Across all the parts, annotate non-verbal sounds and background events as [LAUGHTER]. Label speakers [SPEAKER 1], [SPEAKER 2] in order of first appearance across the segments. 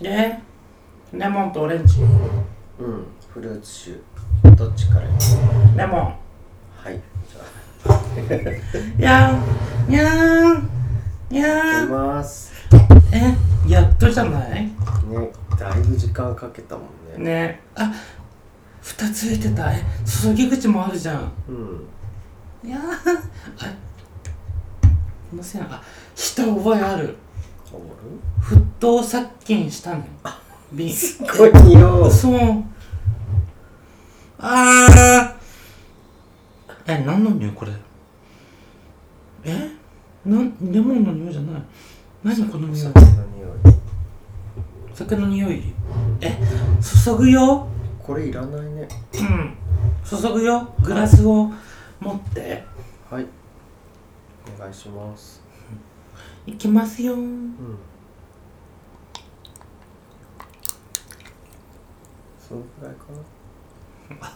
[SPEAKER 1] でレモンとオレンジ
[SPEAKER 2] うんフルーツ酒どっちから
[SPEAKER 1] レモン
[SPEAKER 2] はいじゃ
[SPEAKER 1] やーんやーん
[SPEAKER 2] あ
[SPEAKER 1] やー
[SPEAKER 2] いき
[SPEAKER 1] ん
[SPEAKER 2] ます
[SPEAKER 1] えやっとじゃない
[SPEAKER 2] ねだいぶ時間かけたもんね
[SPEAKER 1] ねあ蓋ついてたえ注ぎ口もあるじゃん
[SPEAKER 2] うん
[SPEAKER 1] いやーあこの線あした覚えある
[SPEAKER 2] おも
[SPEAKER 1] 沸騰殺菌したのよ瓶す
[SPEAKER 2] ろいこいよ
[SPEAKER 1] そうあーえ何の匂いこれえなんレモンの匂いじゃない何この
[SPEAKER 2] お
[SPEAKER 1] 匂い
[SPEAKER 2] 酒の匂い
[SPEAKER 1] 酒の匂いえ注ぐよ
[SPEAKER 2] これいらないね
[SPEAKER 1] うん注ぐよグラスを持って
[SPEAKER 2] はいお願いします
[SPEAKER 1] いきますよ
[SPEAKER 2] うんそのくらいか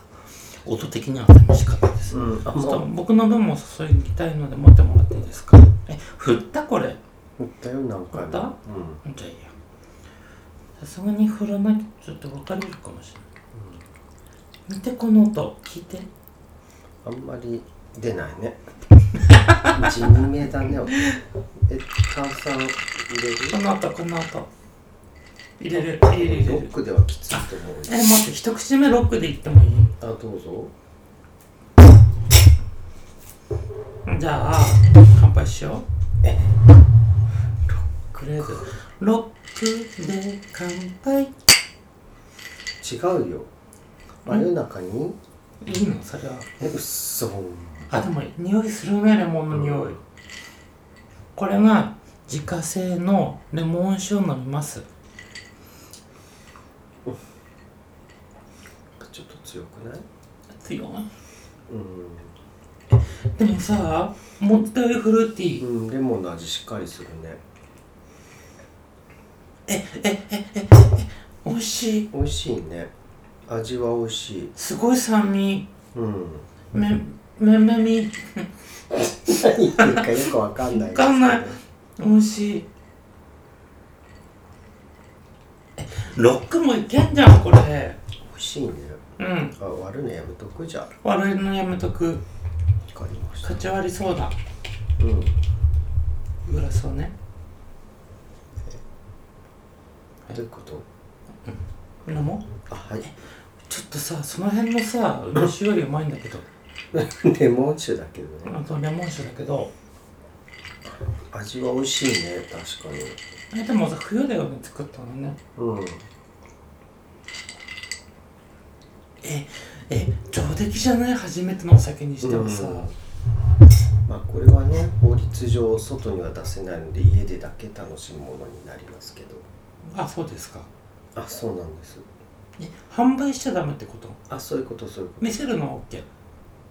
[SPEAKER 1] 音的には寂しかったです
[SPEAKER 2] なうんあ
[SPEAKER 1] ちょっと
[SPEAKER 2] も
[SPEAKER 1] 僕の分も注ぎたいので持ってもらっていいですかえ振ったこれ
[SPEAKER 2] う売ったよ何回も
[SPEAKER 1] 売った
[SPEAKER 2] うん
[SPEAKER 1] じゃあいいやさすがに振らないとちょっと分かれるかもしれない、見てこの音聞いて
[SPEAKER 2] あんまり出ないね。地味めだね。え、炭酸入れる
[SPEAKER 1] この音この音入れる入れる入
[SPEAKER 2] ロ
[SPEAKER 1] れる
[SPEAKER 2] ックではきついと思うよ。
[SPEAKER 1] え待って一口目ロックでいってもいい
[SPEAKER 2] あ、どうぞ。
[SPEAKER 1] じゃあ乾杯しようえロックでロックで乾杯
[SPEAKER 2] 違うよ。真夜中に
[SPEAKER 1] いいのそれは
[SPEAKER 2] え、うっそ
[SPEAKER 1] あでも匂いするねレモンの匂い、これが自家製のレモン酒を飲みます
[SPEAKER 2] ちょっと強くない
[SPEAKER 1] 強い
[SPEAKER 2] うん
[SPEAKER 1] でもさもったよりフルーティー、
[SPEAKER 2] うん、レモンの味しっかりするね。
[SPEAKER 1] 美味しい
[SPEAKER 2] 美味しいね。味は美味しい。
[SPEAKER 1] すごい酸味
[SPEAKER 2] うん。
[SPEAKER 1] めめめみ
[SPEAKER 2] 何言ってるかよくわかんないですけど。
[SPEAKER 1] わかんない美味しいえロックもいけんじゃんこれ
[SPEAKER 2] 美味しいね。
[SPEAKER 1] うん
[SPEAKER 2] あ、割るのやめとくじゃん。わ
[SPEAKER 1] 悪いのやめとく
[SPEAKER 2] かりました
[SPEAKER 1] カ。チ割りソーダ
[SPEAKER 2] うん。
[SPEAKER 1] グラスをね
[SPEAKER 2] どういうこと
[SPEAKER 1] 飲もう
[SPEAKER 2] あ、はい。
[SPEAKER 1] ちょっとさその辺のさ梅酒よりうまいんだけど
[SPEAKER 2] レモン酒だけどね
[SPEAKER 1] あとレモン酒だけど
[SPEAKER 2] 味は美味しいね確かに
[SPEAKER 1] えでもさ冬だよね作ったのね
[SPEAKER 2] うん
[SPEAKER 1] ええ上出来じゃない初めてのお酒にしてはさ、
[SPEAKER 2] うんまあこれはね法律上外には出せないので家でだけ楽しむものになりますけど
[SPEAKER 1] あそうですか
[SPEAKER 2] あそうなんです
[SPEAKER 1] え販売しちゃダメってこと
[SPEAKER 2] あそういうことそういうこと
[SPEAKER 1] 見せるのは OK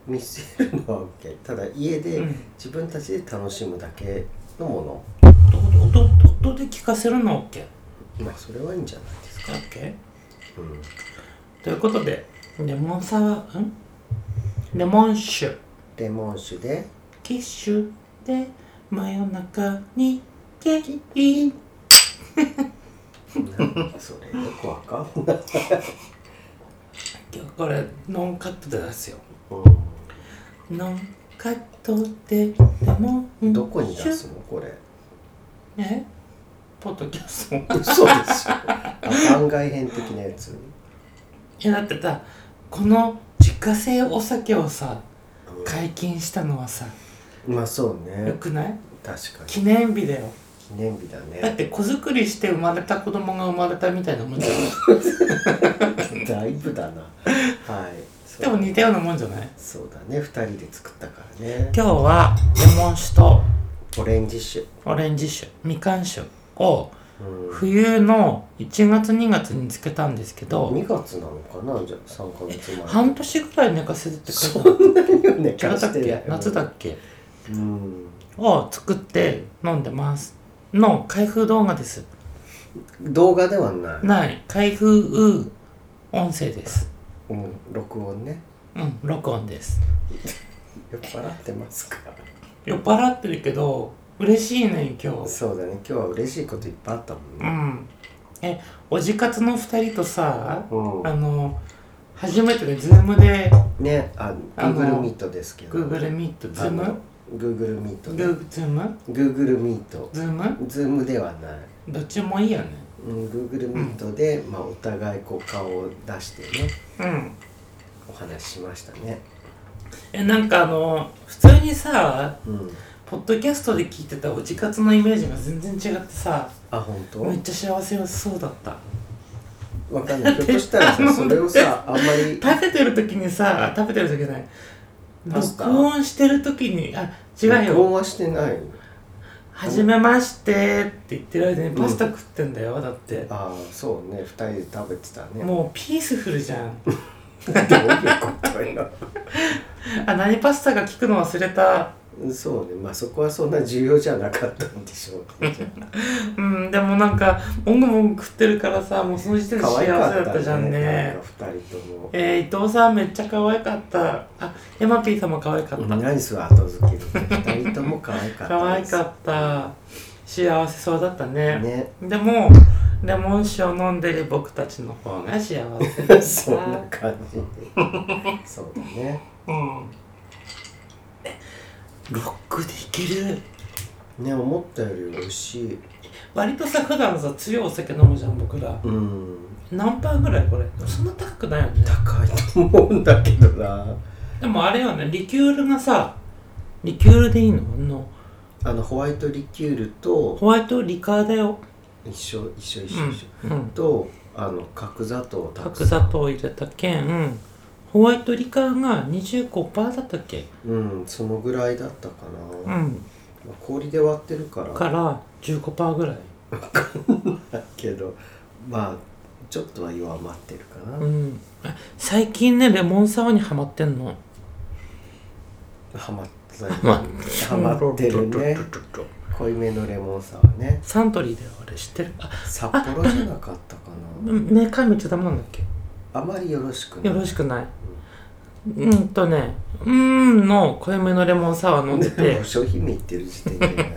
[SPEAKER 2] 見せるのは OK ただ家
[SPEAKER 1] う
[SPEAKER 2] で
[SPEAKER 1] ん
[SPEAKER 2] 自分たちで楽しむだけのも
[SPEAKER 1] 音音音で聞かせるのは OK
[SPEAKER 2] のまあそれはいいんじゃないですか
[SPEAKER 1] OK
[SPEAKER 2] うん
[SPEAKER 1] ということでレモンサワーんレモン酒
[SPEAKER 2] レモン酒で
[SPEAKER 1] キッシュで真夜中にキッイン
[SPEAKER 2] なんかそ [LAUGHS] れよくわかんない、
[SPEAKER 1] 今日これノンカットで出すよ
[SPEAKER 2] う
[SPEAKER 1] ノンカットでレモン
[SPEAKER 2] ん、どこに出すのこれ
[SPEAKER 1] えポッドキャストい
[SPEAKER 2] 嘘でしょあ番外編的なやつ
[SPEAKER 1] やだってさこの自家製お酒をさ
[SPEAKER 2] うん
[SPEAKER 1] 解禁したのはさ
[SPEAKER 2] まあそう
[SPEAKER 1] よ
[SPEAKER 2] ね
[SPEAKER 1] くない
[SPEAKER 2] 確かに
[SPEAKER 1] 記念日だよ
[SPEAKER 2] 記念日だ
[SPEAKER 1] だっ [LAUGHS]
[SPEAKER 2] ね
[SPEAKER 1] て子作りして生まれた子供が生まれたみたいなもんじゃない
[SPEAKER 2] だいぶだなはいそ
[SPEAKER 1] [LAUGHS]
[SPEAKER 2] う
[SPEAKER 1] でも似たようなもんじゃない
[SPEAKER 2] そうだね2人で作ったからね
[SPEAKER 1] 今日はレモン酒と
[SPEAKER 2] オレンジ酒
[SPEAKER 1] オレンジ酒みかん酒を
[SPEAKER 2] うん
[SPEAKER 1] 冬の1月2月につけたんですけど
[SPEAKER 2] 2月なのかなじゃあ3ヶ月前
[SPEAKER 1] 半年ぐらい寝かせるって書いてある
[SPEAKER 2] そんなにはね
[SPEAKER 1] 違ったっ
[SPEAKER 2] [LAUGHS] 貸してない
[SPEAKER 1] け夏だっけ
[SPEAKER 2] うん
[SPEAKER 1] を作って飲んでますの開封動画です
[SPEAKER 2] 動画ではない、
[SPEAKER 1] ない開封音声です
[SPEAKER 2] うん、録音ね
[SPEAKER 1] うん録音です
[SPEAKER 2] 酔っ払ってますか
[SPEAKER 1] 酔っ払ってるけど嬉しいねん今日
[SPEAKER 2] そうだね今日は嬉しいこといっぱいあったもん
[SPEAKER 1] う
[SPEAKER 2] ね
[SPEAKER 1] んえおじかつの二人とさ、
[SPEAKER 2] うん
[SPEAKER 1] あの初めてでズームで
[SPEAKER 2] ねあ
[SPEAKER 1] あの
[SPEAKER 2] Google Meet ですけど
[SPEAKER 1] Google Meet ズー
[SPEAKER 2] あ
[SPEAKER 1] ム
[SPEAKER 2] の Google Meet で
[SPEAKER 1] Google ズーム
[SPEAKER 2] Google Meet
[SPEAKER 1] ズーム
[SPEAKER 2] Zoom ではない
[SPEAKER 1] どっちもいいよね
[SPEAKER 2] うん Google Meet で、まあ、お互いこう顔を出してね
[SPEAKER 1] うん
[SPEAKER 2] お話ししましたね
[SPEAKER 1] えなんかあの普通にさ
[SPEAKER 2] うん
[SPEAKER 1] ポッドキャストで聞いてたおじかつのイメージが全然違ってさ
[SPEAKER 2] あ本当
[SPEAKER 1] めっちゃ幸せそうだった
[SPEAKER 2] わかんないひょっとしたら
[SPEAKER 1] あの
[SPEAKER 2] さそれ
[SPEAKER 1] [LAUGHS]
[SPEAKER 2] をさあんまり
[SPEAKER 1] 食べてる時にさ食べてる時じゃない
[SPEAKER 2] パスタ
[SPEAKER 1] 録音してる時にあ違う
[SPEAKER 2] 録音
[SPEAKER 1] よ
[SPEAKER 2] はしてない
[SPEAKER 1] 「はじめまして」って言ってる間にパスタ食ってんだよ、だって
[SPEAKER 2] ああそうね二人で食べてたね
[SPEAKER 1] もうピースフルじゃん
[SPEAKER 2] どういうことよ
[SPEAKER 1] あ何パスタが効くの忘れた
[SPEAKER 2] そうねまあそこはそんな重要じゃなかったんでしょ
[SPEAKER 1] [LAUGHS]
[SPEAKER 2] うねじゃ
[SPEAKER 1] うんでもなんかもぐもぐ食ってるからさもうその時点
[SPEAKER 2] あ
[SPEAKER 1] で
[SPEAKER 2] 可
[SPEAKER 1] 幸
[SPEAKER 2] 愛
[SPEAKER 1] せ
[SPEAKER 2] か
[SPEAKER 1] だ
[SPEAKER 2] っ
[SPEAKER 1] ったたじゃんね
[SPEAKER 2] なんか二人とも
[SPEAKER 1] えー、伊藤さんめっちゃ可愛かったあヤマピーさんも可愛かった、
[SPEAKER 2] 何する後付けで二人とも可愛かった
[SPEAKER 1] 可愛
[SPEAKER 2] です
[SPEAKER 1] かった幸せそうだったね
[SPEAKER 2] ね
[SPEAKER 1] でもレモン酒を飲んでる僕たちの方が幸せ
[SPEAKER 2] [LAUGHS] そんな感
[SPEAKER 1] [LAUGHS]
[SPEAKER 2] じでそうだね
[SPEAKER 1] うんえロックでいける
[SPEAKER 2] ね思ったより美味しい
[SPEAKER 1] 割とさ普段さ強いお酒飲むじゃん僕ら
[SPEAKER 2] うん
[SPEAKER 1] 何パーぐらいこれそんな高くないよね
[SPEAKER 2] 高いと思うんだけどな
[SPEAKER 1] でもあれよねリキュールがさリキュールでいいのあの
[SPEAKER 2] あのホワイトリキュールと
[SPEAKER 1] ホワイトリカーだよ、
[SPEAKER 2] 一緒一緒一緒一緒、
[SPEAKER 1] うん、
[SPEAKER 2] とあの角砂糖をたく
[SPEAKER 1] 角
[SPEAKER 2] さん
[SPEAKER 1] 砂糖を入れたけん、うん、ホワイトリカーが25%だったっけ
[SPEAKER 2] うんそのぐらいだったか
[SPEAKER 1] う
[SPEAKER 2] な、ま
[SPEAKER 1] ん
[SPEAKER 2] あ氷で割ってるから
[SPEAKER 1] から15%ぐらい
[SPEAKER 2] だけどまあちょっとは弱まってるかな、
[SPEAKER 1] うんあ最近ねレモンサワーにハマってんの
[SPEAKER 2] ハマって
[SPEAKER 1] ま
[SPEAKER 2] ハマってるね濃いめのレモンサワーね
[SPEAKER 1] サントリーだよあれ知ってるあ
[SPEAKER 2] 札幌じゃなかったかな
[SPEAKER 1] メーカーめっちゃダメなんだっけ
[SPEAKER 2] あまりよろしくな
[SPEAKER 1] よ
[SPEAKER 2] い
[SPEAKER 1] ろしくないうんとねうーんの濃いめのレモンサワー飲んで
[SPEAKER 2] で
[SPEAKER 1] て
[SPEAKER 2] も商品名言ってる時点で意味ない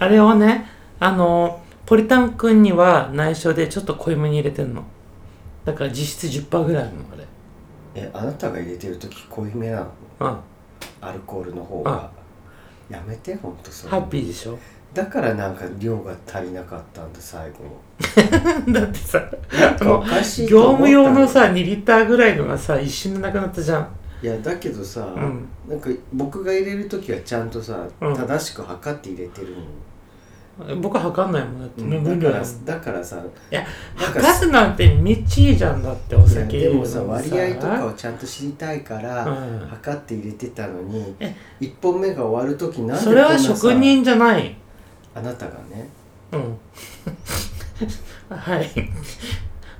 [SPEAKER 1] あれをねあのポリタン君には内緒でちょっと濃いめに入れてんのだから実質10%ぐらいなのあれ
[SPEAKER 2] えあなたが入れてる時濃いめなの
[SPEAKER 1] うん
[SPEAKER 2] アルコールの方がやめてほんとそれ
[SPEAKER 1] ハッピーでしょ [LAUGHS]
[SPEAKER 2] だからなんか量が足りなかったんだ最後
[SPEAKER 1] だってさ
[SPEAKER 2] なんかおかしい
[SPEAKER 1] 業
[SPEAKER 2] と思った
[SPEAKER 1] 務用
[SPEAKER 2] の
[SPEAKER 1] のさ2リッターぐらいのがさ一瞬でなくなったじゃん
[SPEAKER 2] いやだけどさ、
[SPEAKER 1] ん
[SPEAKER 2] なんか僕が入れる時はちゃんとさ、
[SPEAKER 1] うん
[SPEAKER 2] 正しく測って入れてるの、
[SPEAKER 1] 僕は測んないもんだって、
[SPEAKER 2] うんだからだからさ
[SPEAKER 1] いや
[SPEAKER 2] なんか
[SPEAKER 1] 測すなんて道いいじゃんだってお
[SPEAKER 2] いや
[SPEAKER 1] 酒
[SPEAKER 2] でもさ
[SPEAKER 1] 入
[SPEAKER 2] 割
[SPEAKER 1] れ
[SPEAKER 2] 合
[SPEAKER 1] るの
[SPEAKER 2] と
[SPEAKER 1] さ
[SPEAKER 2] かをちゃんと知りたいから、
[SPEAKER 1] うん
[SPEAKER 2] 測って入れてたのに
[SPEAKER 1] え
[SPEAKER 2] 1本目が終わる時なんで
[SPEAKER 1] それ
[SPEAKER 2] こん
[SPEAKER 1] は
[SPEAKER 2] なさ
[SPEAKER 1] 職人じゃない
[SPEAKER 2] あなたがね
[SPEAKER 1] うん
[SPEAKER 2] [LAUGHS]
[SPEAKER 1] はい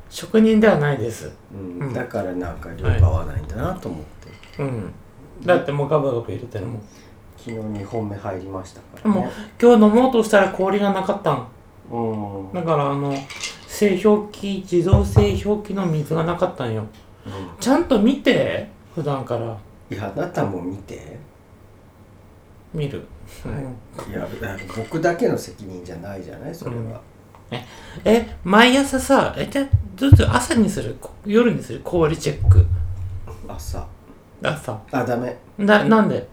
[SPEAKER 1] 職人ではないです
[SPEAKER 2] うん
[SPEAKER 1] うん
[SPEAKER 2] だからなんか量が合わないんだなと思って、
[SPEAKER 1] うんだってもうガブガブ入れてるもん
[SPEAKER 2] 昨日2本目入りましたから
[SPEAKER 1] もう
[SPEAKER 2] ね
[SPEAKER 1] 今日飲もうとしたら氷がなかったん
[SPEAKER 2] うん、うん
[SPEAKER 1] だからあの製氷機自動製氷機の水がなかったんよちゃんと見て普段から
[SPEAKER 2] いやあなたも見て
[SPEAKER 1] 見る、
[SPEAKER 2] はい
[SPEAKER 1] うん
[SPEAKER 2] いやあの僕だけの責任じゃないじゃないそれは、
[SPEAKER 1] え毎朝さえじゃあどうする朝にするこ夜にする氷チェック
[SPEAKER 2] 朝
[SPEAKER 1] 朝
[SPEAKER 2] あダメ
[SPEAKER 1] ななんで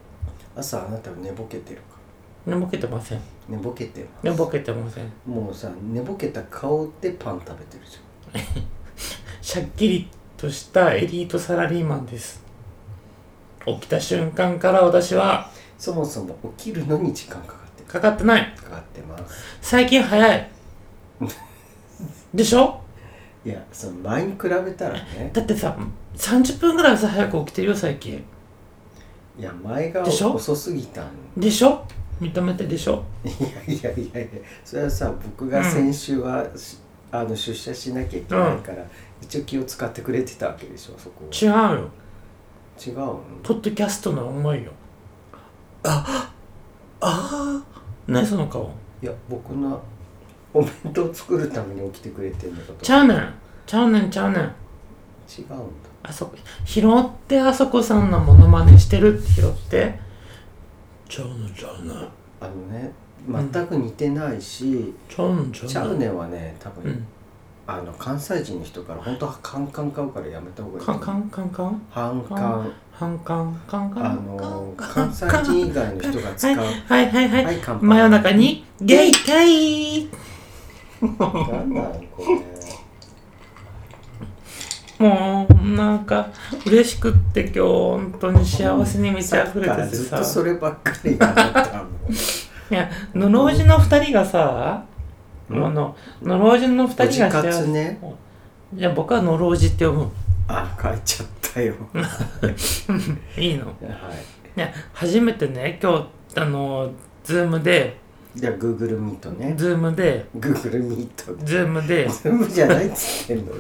[SPEAKER 2] 朝あなたは寝ぼけてるか
[SPEAKER 1] 寝ぼけてません
[SPEAKER 2] ら寝ぼけてる
[SPEAKER 1] 寝ぼけてません
[SPEAKER 2] もうさ寝ぼけた顔でパン食べてるじ
[SPEAKER 1] しゃっきりとしたエリートサラリーマンです起きた瞬間から私は
[SPEAKER 2] ゃんそもそも起きるのに時間かかってる
[SPEAKER 1] かかってない
[SPEAKER 2] かかってます
[SPEAKER 1] 最近早いでしょ
[SPEAKER 2] いやその前に比べたらね
[SPEAKER 1] だってさ30分ぐらい朝早く起きてるよ最近
[SPEAKER 2] いや前が
[SPEAKER 1] でしょ
[SPEAKER 2] 遅すぎたの
[SPEAKER 1] でしょ認めてでしょ
[SPEAKER 2] いやいやいやいやそれはさ僕が先週はし、あの出社しなきゃいけないから、一応気を使ってくれてたわけでしょそこは
[SPEAKER 1] 違うよ
[SPEAKER 2] 違うの
[SPEAKER 1] ポッドキャストの思いよあああ何その顔
[SPEAKER 2] いや僕のお弁当作るために起きてくれてんだかと
[SPEAKER 1] ちゃうねんちゃうねんちゃうねん
[SPEAKER 2] 違うんだ
[SPEAKER 1] あそこ拾ってあそこさんのモノマネしてるって拾ってちゃうねんちゃうねん
[SPEAKER 2] あのね全く似てないし、
[SPEAKER 1] ちゃうねんちゃうねん
[SPEAKER 2] チャウネはね多分、
[SPEAKER 1] うん
[SPEAKER 2] あの関西人の人から本当はカンカン買うからやめた方がいい
[SPEAKER 1] カンカンカンカン
[SPEAKER 2] ハン
[SPEAKER 1] カ
[SPEAKER 2] カン
[SPEAKER 1] カンカンカンカン
[SPEAKER 2] あの関西人以外の人が使う
[SPEAKER 1] はいはいはい、
[SPEAKER 2] はい乾杯
[SPEAKER 1] 真夜中にゲイかい
[SPEAKER 2] なんなんこれ
[SPEAKER 1] もうなんか嬉しくって今日本当に幸せに満ち溢れ
[SPEAKER 2] だか
[SPEAKER 1] て
[SPEAKER 2] ら
[SPEAKER 1] て
[SPEAKER 2] ずっ
[SPEAKER 1] さ
[SPEAKER 2] とそればっかりだったの
[SPEAKER 1] いやのろうじの二人がさあ
[SPEAKER 2] うん
[SPEAKER 1] ののろうじの二人が
[SPEAKER 2] おじ
[SPEAKER 1] 幸
[SPEAKER 2] かつ
[SPEAKER 1] せ
[SPEAKER 2] ね
[SPEAKER 1] いや僕はのろうじって呼ぶの
[SPEAKER 2] [LAUGHS] あ書いちゃったよ
[SPEAKER 1] いいの
[SPEAKER 2] はい
[SPEAKER 1] や初めてね今日あのズームで
[SPEAKER 2] いじゃあ Google ミートね
[SPEAKER 1] ズームで
[SPEAKER 2] Google ミート
[SPEAKER 1] ズームで
[SPEAKER 2] 全部じゃないっつってんのに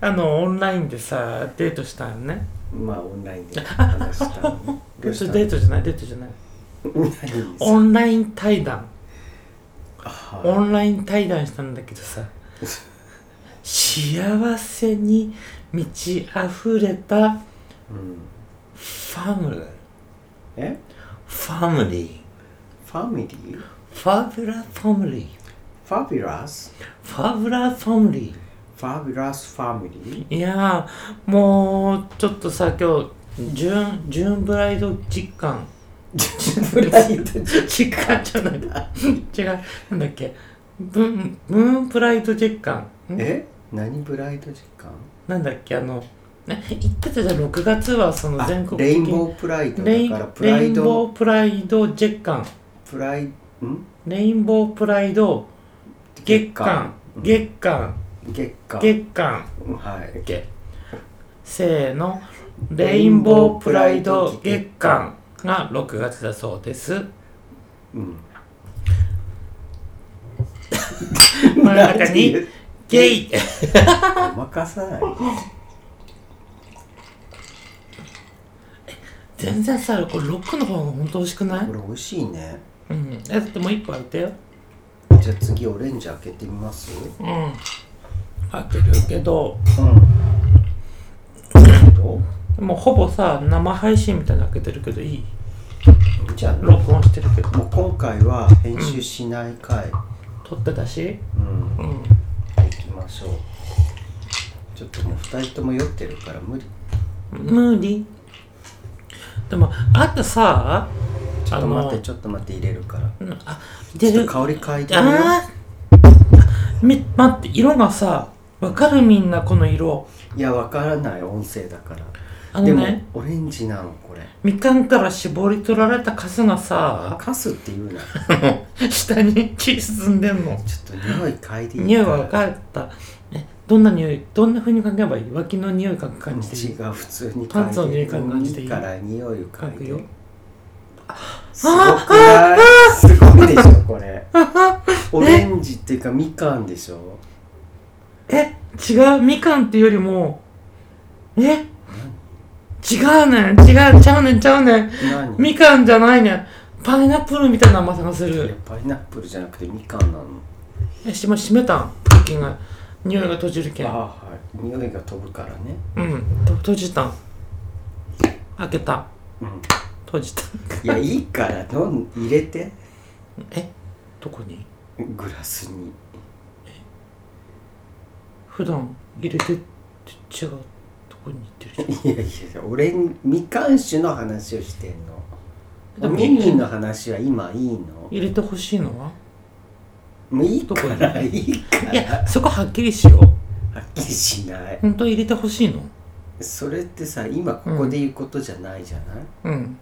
[SPEAKER 1] あのオンラインでさデートしたのね
[SPEAKER 2] まあオンラインで話したのね
[SPEAKER 1] デ
[SPEAKER 2] どう [LAUGHS] した
[SPEAKER 1] ー
[SPEAKER 2] の
[SPEAKER 1] トデートじゃないデートじゃない
[SPEAKER 2] 何です
[SPEAKER 1] オンライン対談オ
[SPEAKER 2] は
[SPEAKER 1] ンライン対談したんだけどさ幸せに満ち溢れたフ
[SPEAKER 2] いうん
[SPEAKER 1] ァムリー
[SPEAKER 2] え
[SPEAKER 1] ファムリー
[SPEAKER 2] ファミリー
[SPEAKER 1] ファブラファムリー
[SPEAKER 2] ファビュラス
[SPEAKER 1] ファブラファムリ
[SPEAKER 2] ファビュラスファミリ
[SPEAKER 1] ーいやーもうちょっとさ今日純純ブライド実感
[SPEAKER 2] ーブライド
[SPEAKER 1] 実感じゃない違うなんだっけブンムーンプライド実感ん
[SPEAKER 2] え何ブライド実感
[SPEAKER 1] なんだっけあのね言ってたじゃん6月はその
[SPEAKER 2] あ
[SPEAKER 1] 全国
[SPEAKER 2] レイ
[SPEAKER 1] 的
[SPEAKER 2] ン
[SPEAKER 1] に
[SPEAKER 2] ボープライド
[SPEAKER 1] レイ
[SPEAKER 2] だ
[SPEAKER 1] ン
[SPEAKER 2] からプラ
[SPEAKER 1] レイ
[SPEAKER 2] イ
[SPEAKER 1] ンボ
[SPEAKER 2] ド
[SPEAKER 1] ープライド月間
[SPEAKER 2] プライん
[SPEAKER 1] レインボープライド月間月間
[SPEAKER 2] 月間
[SPEAKER 1] 月間
[SPEAKER 2] はい
[SPEAKER 1] せーのレインボープライド月間が6月だそうです
[SPEAKER 2] うん
[SPEAKER 1] [LAUGHS] 真ん中にゲイ
[SPEAKER 2] 任さない
[SPEAKER 1] 全然さこれ6の方が本当美味しくない
[SPEAKER 2] これ美味しいね
[SPEAKER 1] うんえだってもう1個開いてよ
[SPEAKER 2] じゃあ次オレンジ開けてみます
[SPEAKER 1] うん開けるけど
[SPEAKER 2] うんど
[SPEAKER 1] もうほぼさ生配信みたいなの開けてるけどいいう
[SPEAKER 2] じゃあも
[SPEAKER 1] 録音してるけど
[SPEAKER 2] う今回は編集しない回
[SPEAKER 1] 撮ってたし
[SPEAKER 2] うん
[SPEAKER 1] うん
[SPEAKER 2] 行きましょうちょっともう2人とも酔ってるから無理
[SPEAKER 1] 無理でもあとさ
[SPEAKER 2] ちょ
[SPEAKER 1] あ
[SPEAKER 2] っと
[SPEAKER 1] の
[SPEAKER 2] 待ってちょっと待って入れるから
[SPEAKER 1] うんあ出
[SPEAKER 2] ちょっ
[SPEAKER 1] る
[SPEAKER 2] と香り嗅いでみよう
[SPEAKER 1] あーみ待って色がさわかるみんなこの色
[SPEAKER 2] いやわからない音声だから
[SPEAKER 1] あの
[SPEAKER 2] でも
[SPEAKER 1] ね
[SPEAKER 2] オレンジなのこれ
[SPEAKER 1] みかんから絞り取られたカスが
[SPEAKER 2] [LAUGHS]
[SPEAKER 1] さ
[SPEAKER 2] カスっていうなちょ
[SPEAKER 1] 下に血進んでんの
[SPEAKER 2] っと匂い嗅いでい
[SPEAKER 1] 匂いは分かったえどんな匂いどんな風に嗅げばいい脇の匂い嗅ぐ感じでい
[SPEAKER 2] 違
[SPEAKER 1] いう
[SPEAKER 2] 普通に嗅いで
[SPEAKER 1] パンツの匂い嗅ぐ感じでいい
[SPEAKER 2] 耳から匂いを嗅いで
[SPEAKER 1] 嗅ぐよ
[SPEAKER 2] すごくないすごいでしょ
[SPEAKER 1] [LAUGHS]
[SPEAKER 2] これオレンジっていうかみかんでしょ
[SPEAKER 1] え違うみかんっていうよりもえ違うねん違うちゃうねんちゃうねん
[SPEAKER 2] 何
[SPEAKER 1] みかんじゃないねんパイナップルみたいな甘さがす
[SPEAKER 2] いや
[SPEAKER 1] る
[SPEAKER 2] パイナップルじゃなくてみかんなの
[SPEAKER 1] えしも閉めたんパッキンが匂いが閉じるけ
[SPEAKER 2] あ
[SPEAKER 1] ん
[SPEAKER 2] はい匂いが飛ぶからね
[SPEAKER 1] うんと閉じたん開けた
[SPEAKER 2] うん
[SPEAKER 1] 閉じた
[SPEAKER 2] いやいいからどん入れて
[SPEAKER 1] えどこに
[SPEAKER 2] グラスに
[SPEAKER 1] 普段入れてって違うとこに行ってるじゃん
[SPEAKER 2] いやいやいや俺みかん酒の話をしてんの
[SPEAKER 1] でも
[SPEAKER 2] ミニの話は今いいの
[SPEAKER 1] 入れてほしいのは
[SPEAKER 2] もういいからいいから
[SPEAKER 1] いやそこはっきりしよう
[SPEAKER 2] はっきりしない
[SPEAKER 1] 本当入れてほしいの
[SPEAKER 2] それってさ今ここで言うことじゃないじゃない、
[SPEAKER 1] うん
[SPEAKER 2] うん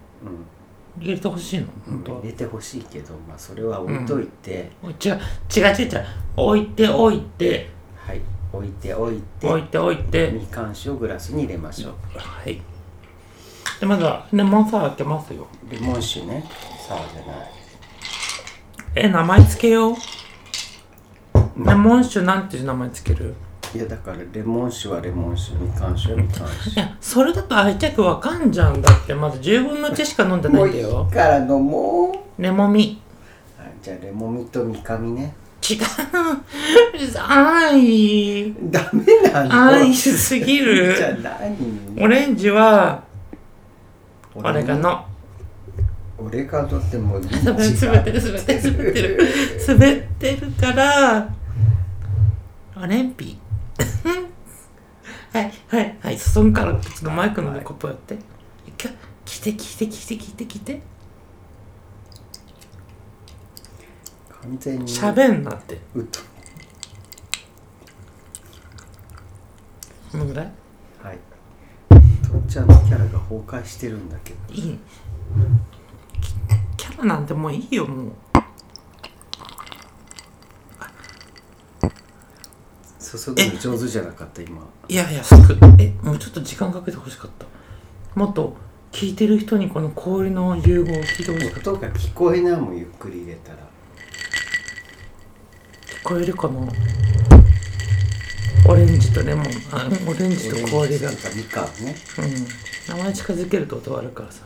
[SPEAKER 1] 入れてほしいの本当
[SPEAKER 2] 入れてほしいけどまあそれは置いといて、
[SPEAKER 1] 違う違う違う違う置いて置いて
[SPEAKER 2] はい置いておいて
[SPEAKER 1] 置いて置いて
[SPEAKER 2] みかん酒をグラスに入れましょう
[SPEAKER 1] はいでまずはレモンサワー開けますよ
[SPEAKER 2] レモン酒ねサワーじゃない
[SPEAKER 1] え名前つけようレモン酒なんていう名前つける
[SPEAKER 2] いやだからレモン酒はレモン酒みかん酒はみかん
[SPEAKER 1] い
[SPEAKER 2] 酒
[SPEAKER 1] やそれだと愛着わかんじゃんだってまず10分の1しか飲んでない
[SPEAKER 2] もうんい
[SPEAKER 1] だ
[SPEAKER 2] い
[SPEAKER 1] よ
[SPEAKER 2] から飲もう
[SPEAKER 1] レモミ
[SPEAKER 2] はいじゃあレモミとみかみね
[SPEAKER 1] 違う愛
[SPEAKER 2] ダメなの
[SPEAKER 1] 愛しすぎ [LAUGHS]
[SPEAKER 2] じゃあ
[SPEAKER 1] る
[SPEAKER 2] 何
[SPEAKER 1] オレンジはオレガノ
[SPEAKER 2] オレガノってもういい
[SPEAKER 1] 滑ってる滑ってる滑ってる滑ってる滑ってるからオレンピ [LAUGHS] はいはいはいそんからちょっとマイクのことやって一回来て来て来て来て来て
[SPEAKER 2] 完全に
[SPEAKER 1] 喋んなって
[SPEAKER 2] うっと
[SPEAKER 1] このぐらい
[SPEAKER 2] はいとっちゃんのキャラが崩壊してるんだけど
[SPEAKER 1] いいキャラなんてもういいよもう
[SPEAKER 2] 注ぐの上手じゃなかった今
[SPEAKER 1] いやいやすぐえもうちょっと時間かけてほしかったもっと聞いてる人にこの氷の融合を聞いてほしかった
[SPEAKER 2] 音が聞こえないもんゆっくり入れたら
[SPEAKER 1] 聞こえるかなオレンジとレモンあオレンジと氷が
[SPEAKER 2] なんかみかんね
[SPEAKER 1] うん名前近づけると音悪いからさ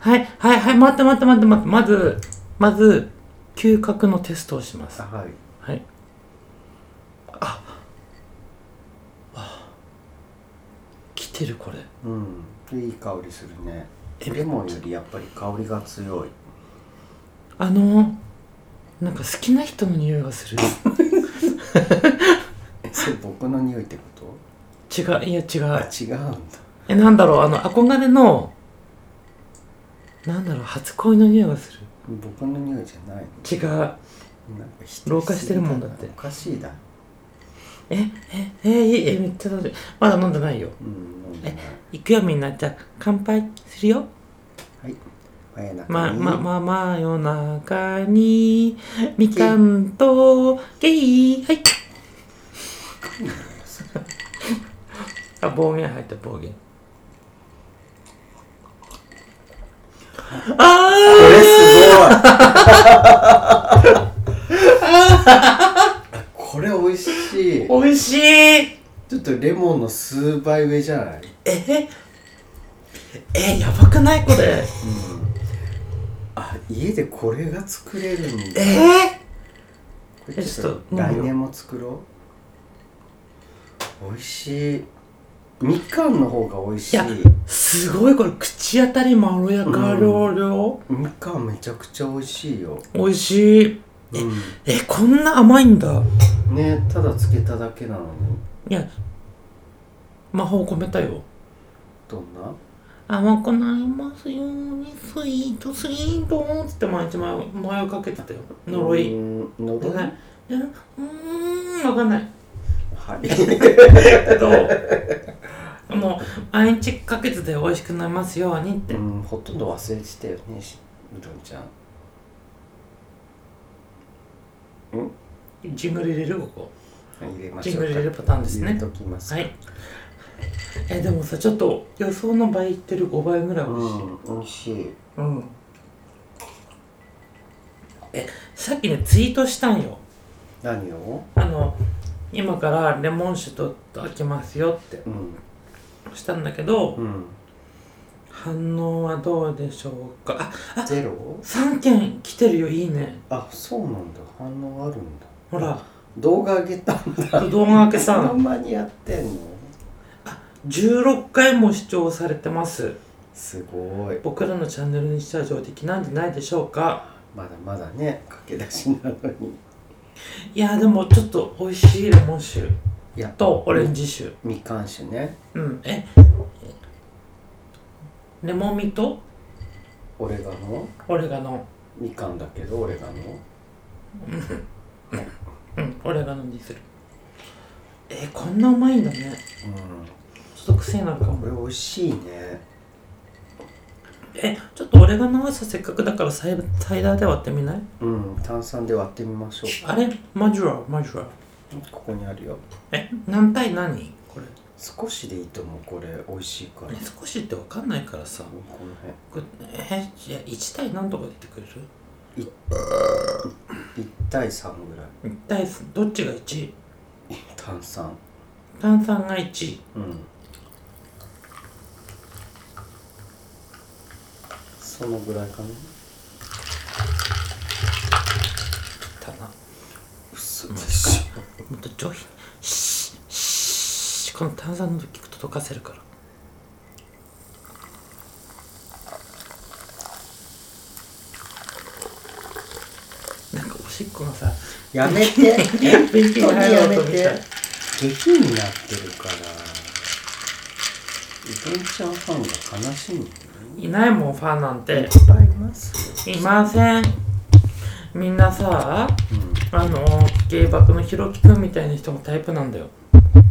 [SPEAKER 1] はいはいはい待って待って待って待ってまずまず嗅覚のテストをします
[SPEAKER 2] あはい
[SPEAKER 1] はいああ来てるこれ
[SPEAKER 2] うんいい香りするね
[SPEAKER 1] え
[SPEAKER 2] レモンよりやっぱり香りが強い
[SPEAKER 1] あのなんか好きな人の匂いがする
[SPEAKER 2] えそれ僕の匂いってこと
[SPEAKER 1] 違ういや違
[SPEAKER 2] あ
[SPEAKER 1] う
[SPEAKER 2] 違うんだ
[SPEAKER 1] えなんだろうあの憧れのなんだろう初恋の匂いがする
[SPEAKER 2] 僕の匂いじゃないの
[SPEAKER 1] 違う
[SPEAKER 2] なんかひ
[SPEAKER 1] 老化してるもんだって
[SPEAKER 2] おかしいだ
[SPEAKER 1] えええええめっちゃ楽しいまだ飲んでないよ
[SPEAKER 2] うん飲んでない
[SPEAKER 1] 行くよみんなじゃあ乾杯するよ
[SPEAKER 2] はい真夜中
[SPEAKER 1] ま、
[SPEAKER 2] に
[SPEAKER 1] ま、ま、真夜中に、みかんと、ゲイはい。 [LAUGHS] あ、暴言入った、暴言。
[SPEAKER 2] こ
[SPEAKER 1] あ
[SPEAKER 2] れす
[SPEAKER 1] [LAUGHS]
[SPEAKER 2] ごいこれ美味しい
[SPEAKER 1] ー美味しいえ
[SPEAKER 2] ちょっとレモンの数倍上じゃない
[SPEAKER 1] え、やばくないこれ。
[SPEAKER 2] あ家でこれが作れるんだ
[SPEAKER 1] え
[SPEAKER 2] これちょっと来年も作ろう美味しいみかんの方が美味しい
[SPEAKER 1] いやすごいこれ、口当たりまろやか料料。
[SPEAKER 2] みかんめちゃくちゃ美味しいよ、
[SPEAKER 1] 美味しい。
[SPEAKER 2] う
[SPEAKER 1] え、こんな甘いんだ。
[SPEAKER 2] ん、ねただ漬けただけなのに
[SPEAKER 1] いや、魔法込めたよ。
[SPEAKER 2] どんな
[SPEAKER 1] 甘くなりますようにスイートスイートっつって毎日迷う迷いかけてたよ呪い
[SPEAKER 2] うん呪
[SPEAKER 1] で
[SPEAKER 2] いは
[SPEAKER 1] ねえうーん分かんない
[SPEAKER 2] い
[SPEAKER 1] けどもう毎日かけてて美味しくなりますようにって
[SPEAKER 2] うんほとんど忘れてたよねしうどんちゃん
[SPEAKER 1] ジングル入れるここ
[SPEAKER 2] 入れま
[SPEAKER 1] ジ
[SPEAKER 2] し
[SPEAKER 1] ン
[SPEAKER 2] ょう
[SPEAKER 1] グ
[SPEAKER 2] か
[SPEAKER 1] ル入れるパターンです
[SPEAKER 2] 入れ
[SPEAKER 1] ね
[SPEAKER 2] ときます
[SPEAKER 1] はいえでもさちょっと予想の倍いってる5倍ぐらい美味しい
[SPEAKER 2] うん美味しい
[SPEAKER 1] うん、えさっきねツイートしたんよ
[SPEAKER 2] 何を
[SPEAKER 1] あの今からレモン酒と開けますよって
[SPEAKER 2] うん
[SPEAKER 1] したんだけど
[SPEAKER 2] うん
[SPEAKER 1] 反応はどうでしょうかああ
[SPEAKER 2] ゼロ
[SPEAKER 1] 3件来てるよいいね
[SPEAKER 2] あそうなんだ反応あるんだ
[SPEAKER 1] ほら
[SPEAKER 2] 動画上げたんだ
[SPEAKER 1] 動画開けさ
[SPEAKER 2] その
[SPEAKER 1] ん
[SPEAKER 2] まにやってんの
[SPEAKER 1] 16回も視聴されてます
[SPEAKER 2] すごい
[SPEAKER 1] 僕らのチャンネルにしては上出来なんじゃないでしょうか
[SPEAKER 2] まだまだね駆け出しなのに
[SPEAKER 1] いやでもちょっと美味しいレモン酒
[SPEAKER 2] いや
[SPEAKER 1] とオレンジ酒
[SPEAKER 2] みかん酒ね
[SPEAKER 1] うんえレモンミと
[SPEAKER 2] オレガノ
[SPEAKER 1] オレガノ
[SPEAKER 2] みかんだけどオレガノ
[SPEAKER 1] うんオレガノにするえこんなうまいんだね
[SPEAKER 2] う
[SPEAKER 1] ちょっと癖になるかも
[SPEAKER 2] んこれ美味しいね
[SPEAKER 1] えちょっとオレガノはさせっかくだからサイサイダーで割ってみない
[SPEAKER 2] うん炭酸で割ってみましょう
[SPEAKER 1] あれマジュラマジュラ
[SPEAKER 2] ここにあるよ
[SPEAKER 1] え何対何これ
[SPEAKER 2] 少しでいいと思うこれ美味しいから
[SPEAKER 1] え少しって分かんないからさ
[SPEAKER 2] この辺
[SPEAKER 1] これえじゃあ1対何とか出てくれる
[SPEAKER 2] 1対3ぐらい
[SPEAKER 1] ?1 対3どっちが 1?
[SPEAKER 2] 炭酸
[SPEAKER 1] 炭酸が1
[SPEAKER 2] うんそのぐらいかな
[SPEAKER 1] だな
[SPEAKER 2] 嘘でし
[SPEAKER 1] もっと上品シッシッこの炭酸の時と溶かせるからなんかおしっこがさ
[SPEAKER 2] ょやめて
[SPEAKER 1] 便器に入ろうとみたい
[SPEAKER 2] 下品になってるからイケンちゃんファンが悲しむのね
[SPEAKER 1] いないもんファンなん
[SPEAKER 2] い
[SPEAKER 1] て
[SPEAKER 2] っぱいいますよ
[SPEAKER 1] いませんみんなさ
[SPEAKER 2] う
[SPEAKER 1] あの芸爆のひろきくんみたいな人もタイプなんだよ
[SPEAKER 2] ん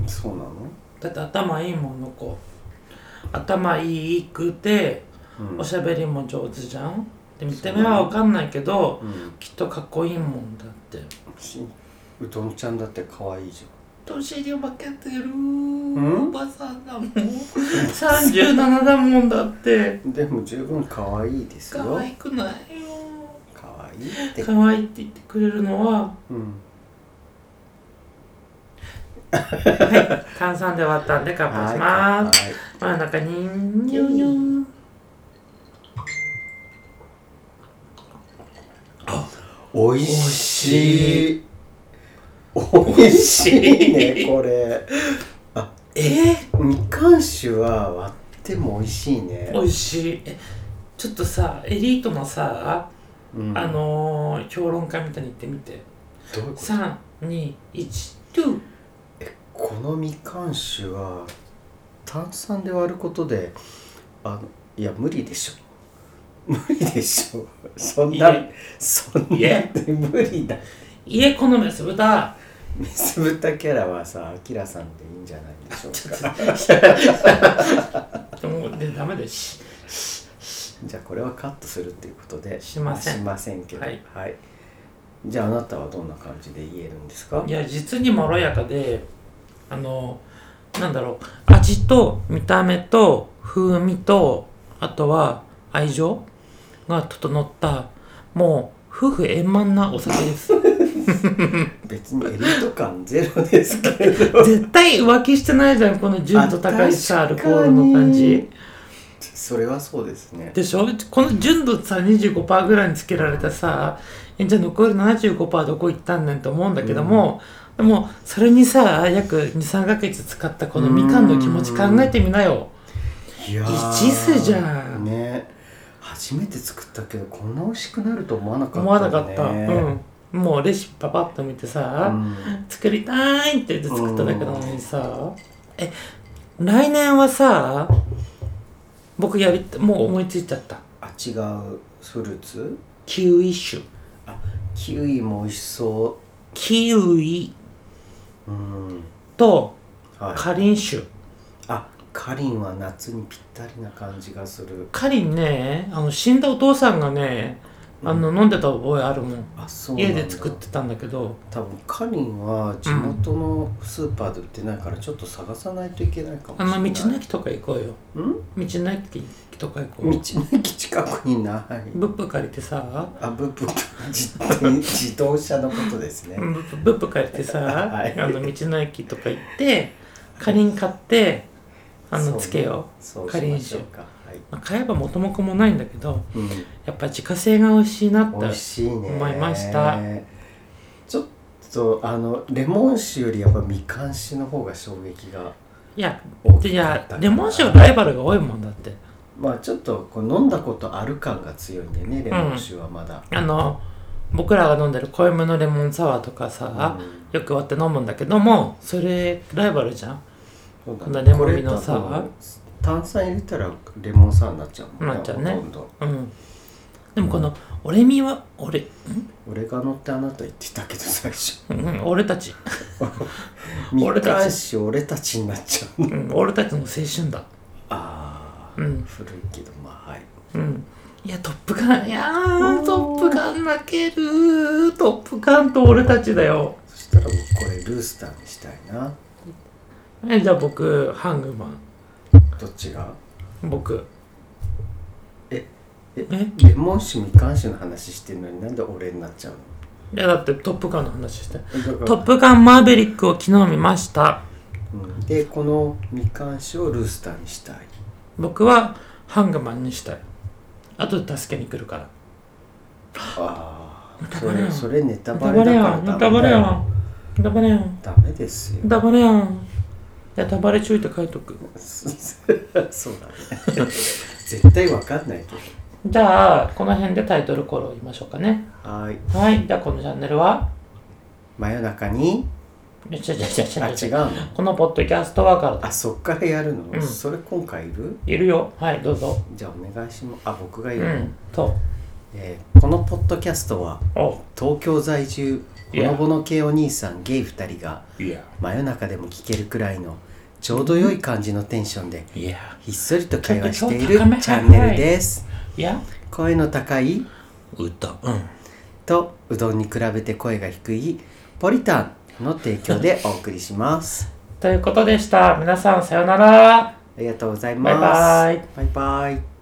[SPEAKER 2] そうなの
[SPEAKER 1] だって頭いいもんの子頭いいくて
[SPEAKER 2] うん
[SPEAKER 1] おしゃべりも上手じゃんで見た目はわかんないけど
[SPEAKER 2] うん
[SPEAKER 1] きっとかっこいいもんだって
[SPEAKER 2] しうどんちゃんだって可愛いじ
[SPEAKER 1] 年に負けてる
[SPEAKER 2] ん
[SPEAKER 1] おばさん [LAUGHS] だもん37だもんだって
[SPEAKER 2] ゃんでも十分可愛いですよ
[SPEAKER 1] 可愛くないよ
[SPEAKER 2] 可愛いって
[SPEAKER 1] 可愛いって言ってくれるのは
[SPEAKER 2] うん
[SPEAKER 1] 炭酸で割ったんで乾杯します
[SPEAKER 2] はい
[SPEAKER 1] 真ん中にニューニュー
[SPEAKER 2] おいしいおいしいねこれ
[SPEAKER 1] え
[SPEAKER 2] みかん酒は割っても美味しいね
[SPEAKER 1] ー、美味しいえちょっとさエリートのさ、
[SPEAKER 2] うん
[SPEAKER 1] あのー、評論家みたいに言ってみて
[SPEAKER 2] どういうこと
[SPEAKER 1] 321トゥ
[SPEAKER 2] このみかん酒は炭酸で割ることであのいや無理でしょ無理でしょそんない
[SPEAKER 1] え
[SPEAKER 2] そんない
[SPEAKER 1] え
[SPEAKER 2] 無理だ
[SPEAKER 1] 家このメス豚
[SPEAKER 2] 水豚キャラはさあきらさんでいいんじゃないでしょうか
[SPEAKER 1] でもでダメですし
[SPEAKER 2] じゃあこれはカットするっていうことで
[SPEAKER 1] しません
[SPEAKER 2] しませんけど
[SPEAKER 1] はい、
[SPEAKER 2] じゃああなたはどんな感じで言えるんですか
[SPEAKER 1] いや実にまろやかであのなんだろう味と見た目と風味とあとは愛情が整ったもう夫婦円満なお酒です
[SPEAKER 2] 別にエリート感ゼロですけ
[SPEAKER 1] [LAUGHS]
[SPEAKER 2] ど
[SPEAKER 1] 絶対浮気してないじゃんこの純度高いさアルコールの感じ
[SPEAKER 2] それはそうですね
[SPEAKER 1] でしょこの純度さ25%ぐらいにつけられたさえじゃあ残り75%どこ行ったんねんと思うんだけども、でもそれにさ約23ヶ月使ったこのみかんの気持ち考えてみなよ
[SPEAKER 2] いやー
[SPEAKER 1] 一途じゃん
[SPEAKER 2] ね初めて作ったけどこんな美味しくなると思わなかった、ね、
[SPEAKER 1] 思わなかった、うん、もうレシピパパッと見てさ、
[SPEAKER 2] うん
[SPEAKER 1] 作りたいって言って作っただけなのにさえ来年はさ僕やりたもう思いついちゃった
[SPEAKER 2] あ違うフルーツ
[SPEAKER 1] キウイ酒
[SPEAKER 2] キウイも美味しそ
[SPEAKER 1] キウイ
[SPEAKER 2] ううん
[SPEAKER 1] と
[SPEAKER 2] はい
[SPEAKER 1] カリン酒、
[SPEAKER 2] あかりんは夏にぴったりな感じがする
[SPEAKER 1] カリンねあの死んだお父さんがねあの、飲んでた覚えあるもん
[SPEAKER 2] あそうな
[SPEAKER 1] 家
[SPEAKER 2] んだ
[SPEAKER 1] で作ってたんだけど
[SPEAKER 2] 多分かりんは地元のスーパーで売ってないからちょっと探さないといけないかもし
[SPEAKER 1] あ
[SPEAKER 2] れない
[SPEAKER 1] の道の駅とか行こうよ
[SPEAKER 2] うん
[SPEAKER 1] 道の駅とか行こ
[SPEAKER 2] 道
[SPEAKER 1] う
[SPEAKER 2] の駅近くにない
[SPEAKER 1] ブップ借りてさ
[SPEAKER 2] あブブ自自動車のことですね、
[SPEAKER 1] ブップブップ借りてさ、
[SPEAKER 2] [LAUGHS] はい
[SPEAKER 1] あの道の駅とか行ってかりん買ってあ
[SPEAKER 2] そう
[SPEAKER 1] の
[SPEAKER 2] ね
[SPEAKER 1] つけよ
[SPEAKER 2] そう
[SPEAKER 1] か
[SPEAKER 2] し
[SPEAKER 1] りん
[SPEAKER 2] ましょ
[SPEAKER 1] 酒
[SPEAKER 2] う、かはい、
[SPEAKER 1] まあ、買えば元も子もないんだけど
[SPEAKER 2] う
[SPEAKER 1] やっぱ自家製が美味しいなっ
[SPEAKER 2] ん、美味
[SPEAKER 1] て
[SPEAKER 2] しいね
[SPEAKER 1] 思いました
[SPEAKER 2] ちょっとあのレモン酒よりやっぱみかん酒の方が衝撃が
[SPEAKER 1] いや
[SPEAKER 2] 大
[SPEAKER 1] で
[SPEAKER 2] き
[SPEAKER 1] い
[SPEAKER 2] かっ
[SPEAKER 1] や
[SPEAKER 2] た
[SPEAKER 1] レモン酒はライバルが多いもんだって
[SPEAKER 2] まあちょっとこう飲んだことある感が強いんでねレモン酒はまだ、
[SPEAKER 1] あの僕らが飲んでる濃いめのレモンサワーとかさ、
[SPEAKER 2] うん
[SPEAKER 1] よく割って飲むんだけどもそれライバルじゃん
[SPEAKER 2] そう
[SPEAKER 1] こんなレモン
[SPEAKER 2] これ
[SPEAKER 1] のさ
[SPEAKER 2] 多分炭酸入れたらレモンサワーになっちゃうもん
[SPEAKER 1] なっちゃうね
[SPEAKER 2] ほとんど
[SPEAKER 1] うんでもこの「俺みは俺ん
[SPEAKER 2] 俺が乗ってあなた言ってたけど最初
[SPEAKER 1] うん俺たち、 [LAUGHS] 俺
[SPEAKER 2] 俺
[SPEAKER 1] たち
[SPEAKER 2] たち俺たちになっちゃう
[SPEAKER 1] うん、俺たちの青春だ
[SPEAKER 2] ああ、
[SPEAKER 1] うん
[SPEAKER 2] 古いけどまあはい
[SPEAKER 1] うんいや、トップガン、いやー、トップガン泣けるトップガンと俺たちだよ。
[SPEAKER 2] そしたら僕これルースターにしたいな
[SPEAKER 1] え、じゃあ僕、ハングマン。
[SPEAKER 2] どっちが
[SPEAKER 1] 僕。
[SPEAKER 2] ええ
[SPEAKER 1] え
[SPEAKER 2] レモン酒みかん酒の話してるのになんで俺になっちゃ
[SPEAKER 1] い
[SPEAKER 2] う
[SPEAKER 1] や、だってトップガンの話して。
[SPEAKER 2] のだか
[SPEAKER 1] ト
[SPEAKER 2] ら
[SPEAKER 1] ップガンマーベリックを昨日見ました。
[SPEAKER 2] うんでこのみかん酒をルースターにしたい
[SPEAKER 1] 僕はハングマンにしたい。あとで助けに来るから。
[SPEAKER 2] ああ
[SPEAKER 1] ネタ
[SPEAKER 2] そ
[SPEAKER 1] バレや
[SPEAKER 2] れ
[SPEAKER 1] ん
[SPEAKER 2] それネタ
[SPEAKER 1] ネ
[SPEAKER 2] バ
[SPEAKER 1] タバ
[SPEAKER 2] レ
[SPEAKER 1] レ
[SPEAKER 2] だか
[SPEAKER 1] や
[SPEAKER 2] ら
[SPEAKER 1] ん。ネタバレや
[SPEAKER 2] よ
[SPEAKER 1] ん。ネタバレやん。
[SPEAKER 2] ダメですよ
[SPEAKER 1] ネタバレやん。ネタバレ注意って書いとく。
[SPEAKER 2] そうだね絶対わかんないけど
[SPEAKER 1] じゃあ、この辺でタイトルコールを言いましょうかね。
[SPEAKER 2] はーい
[SPEAKER 1] はい。じゃあ、このチャンネルは
[SPEAKER 2] 真夜中に
[SPEAKER 1] 違う違う違う
[SPEAKER 2] あ
[SPEAKER 1] 違う
[SPEAKER 2] 違うの
[SPEAKER 1] このポッドキャストはからだ
[SPEAKER 2] あそっからやるの、
[SPEAKER 1] うん
[SPEAKER 2] それ今回いる
[SPEAKER 1] いるよはいどうぞ
[SPEAKER 2] じゃあお願いしますあ僕がいうるの、
[SPEAKER 1] んそ
[SPEAKER 2] えーこのポッドキャストは
[SPEAKER 1] うお
[SPEAKER 2] 東京在住ほ
[SPEAKER 1] Yeah
[SPEAKER 2] のぼの系お兄さんゲイ2人が
[SPEAKER 1] いや
[SPEAKER 2] 真夜中でも聞けるくらいのちょうど良い感じのテンションで
[SPEAKER 1] いや
[SPEAKER 2] ひっそりと会話してい
[SPEAKER 1] ちょっと
[SPEAKER 2] る
[SPEAKER 1] 高め
[SPEAKER 2] チャンネルです
[SPEAKER 1] いや
[SPEAKER 2] 声の高い
[SPEAKER 1] 歌うん
[SPEAKER 2] とうどんに比べて声が低いポリタンの提供でお送りします
[SPEAKER 1] ということでした皆さんさようなら
[SPEAKER 2] ありがとうござい
[SPEAKER 1] バ
[SPEAKER 2] ま
[SPEAKER 1] イ
[SPEAKER 2] す
[SPEAKER 1] バイ
[SPEAKER 2] バイバイ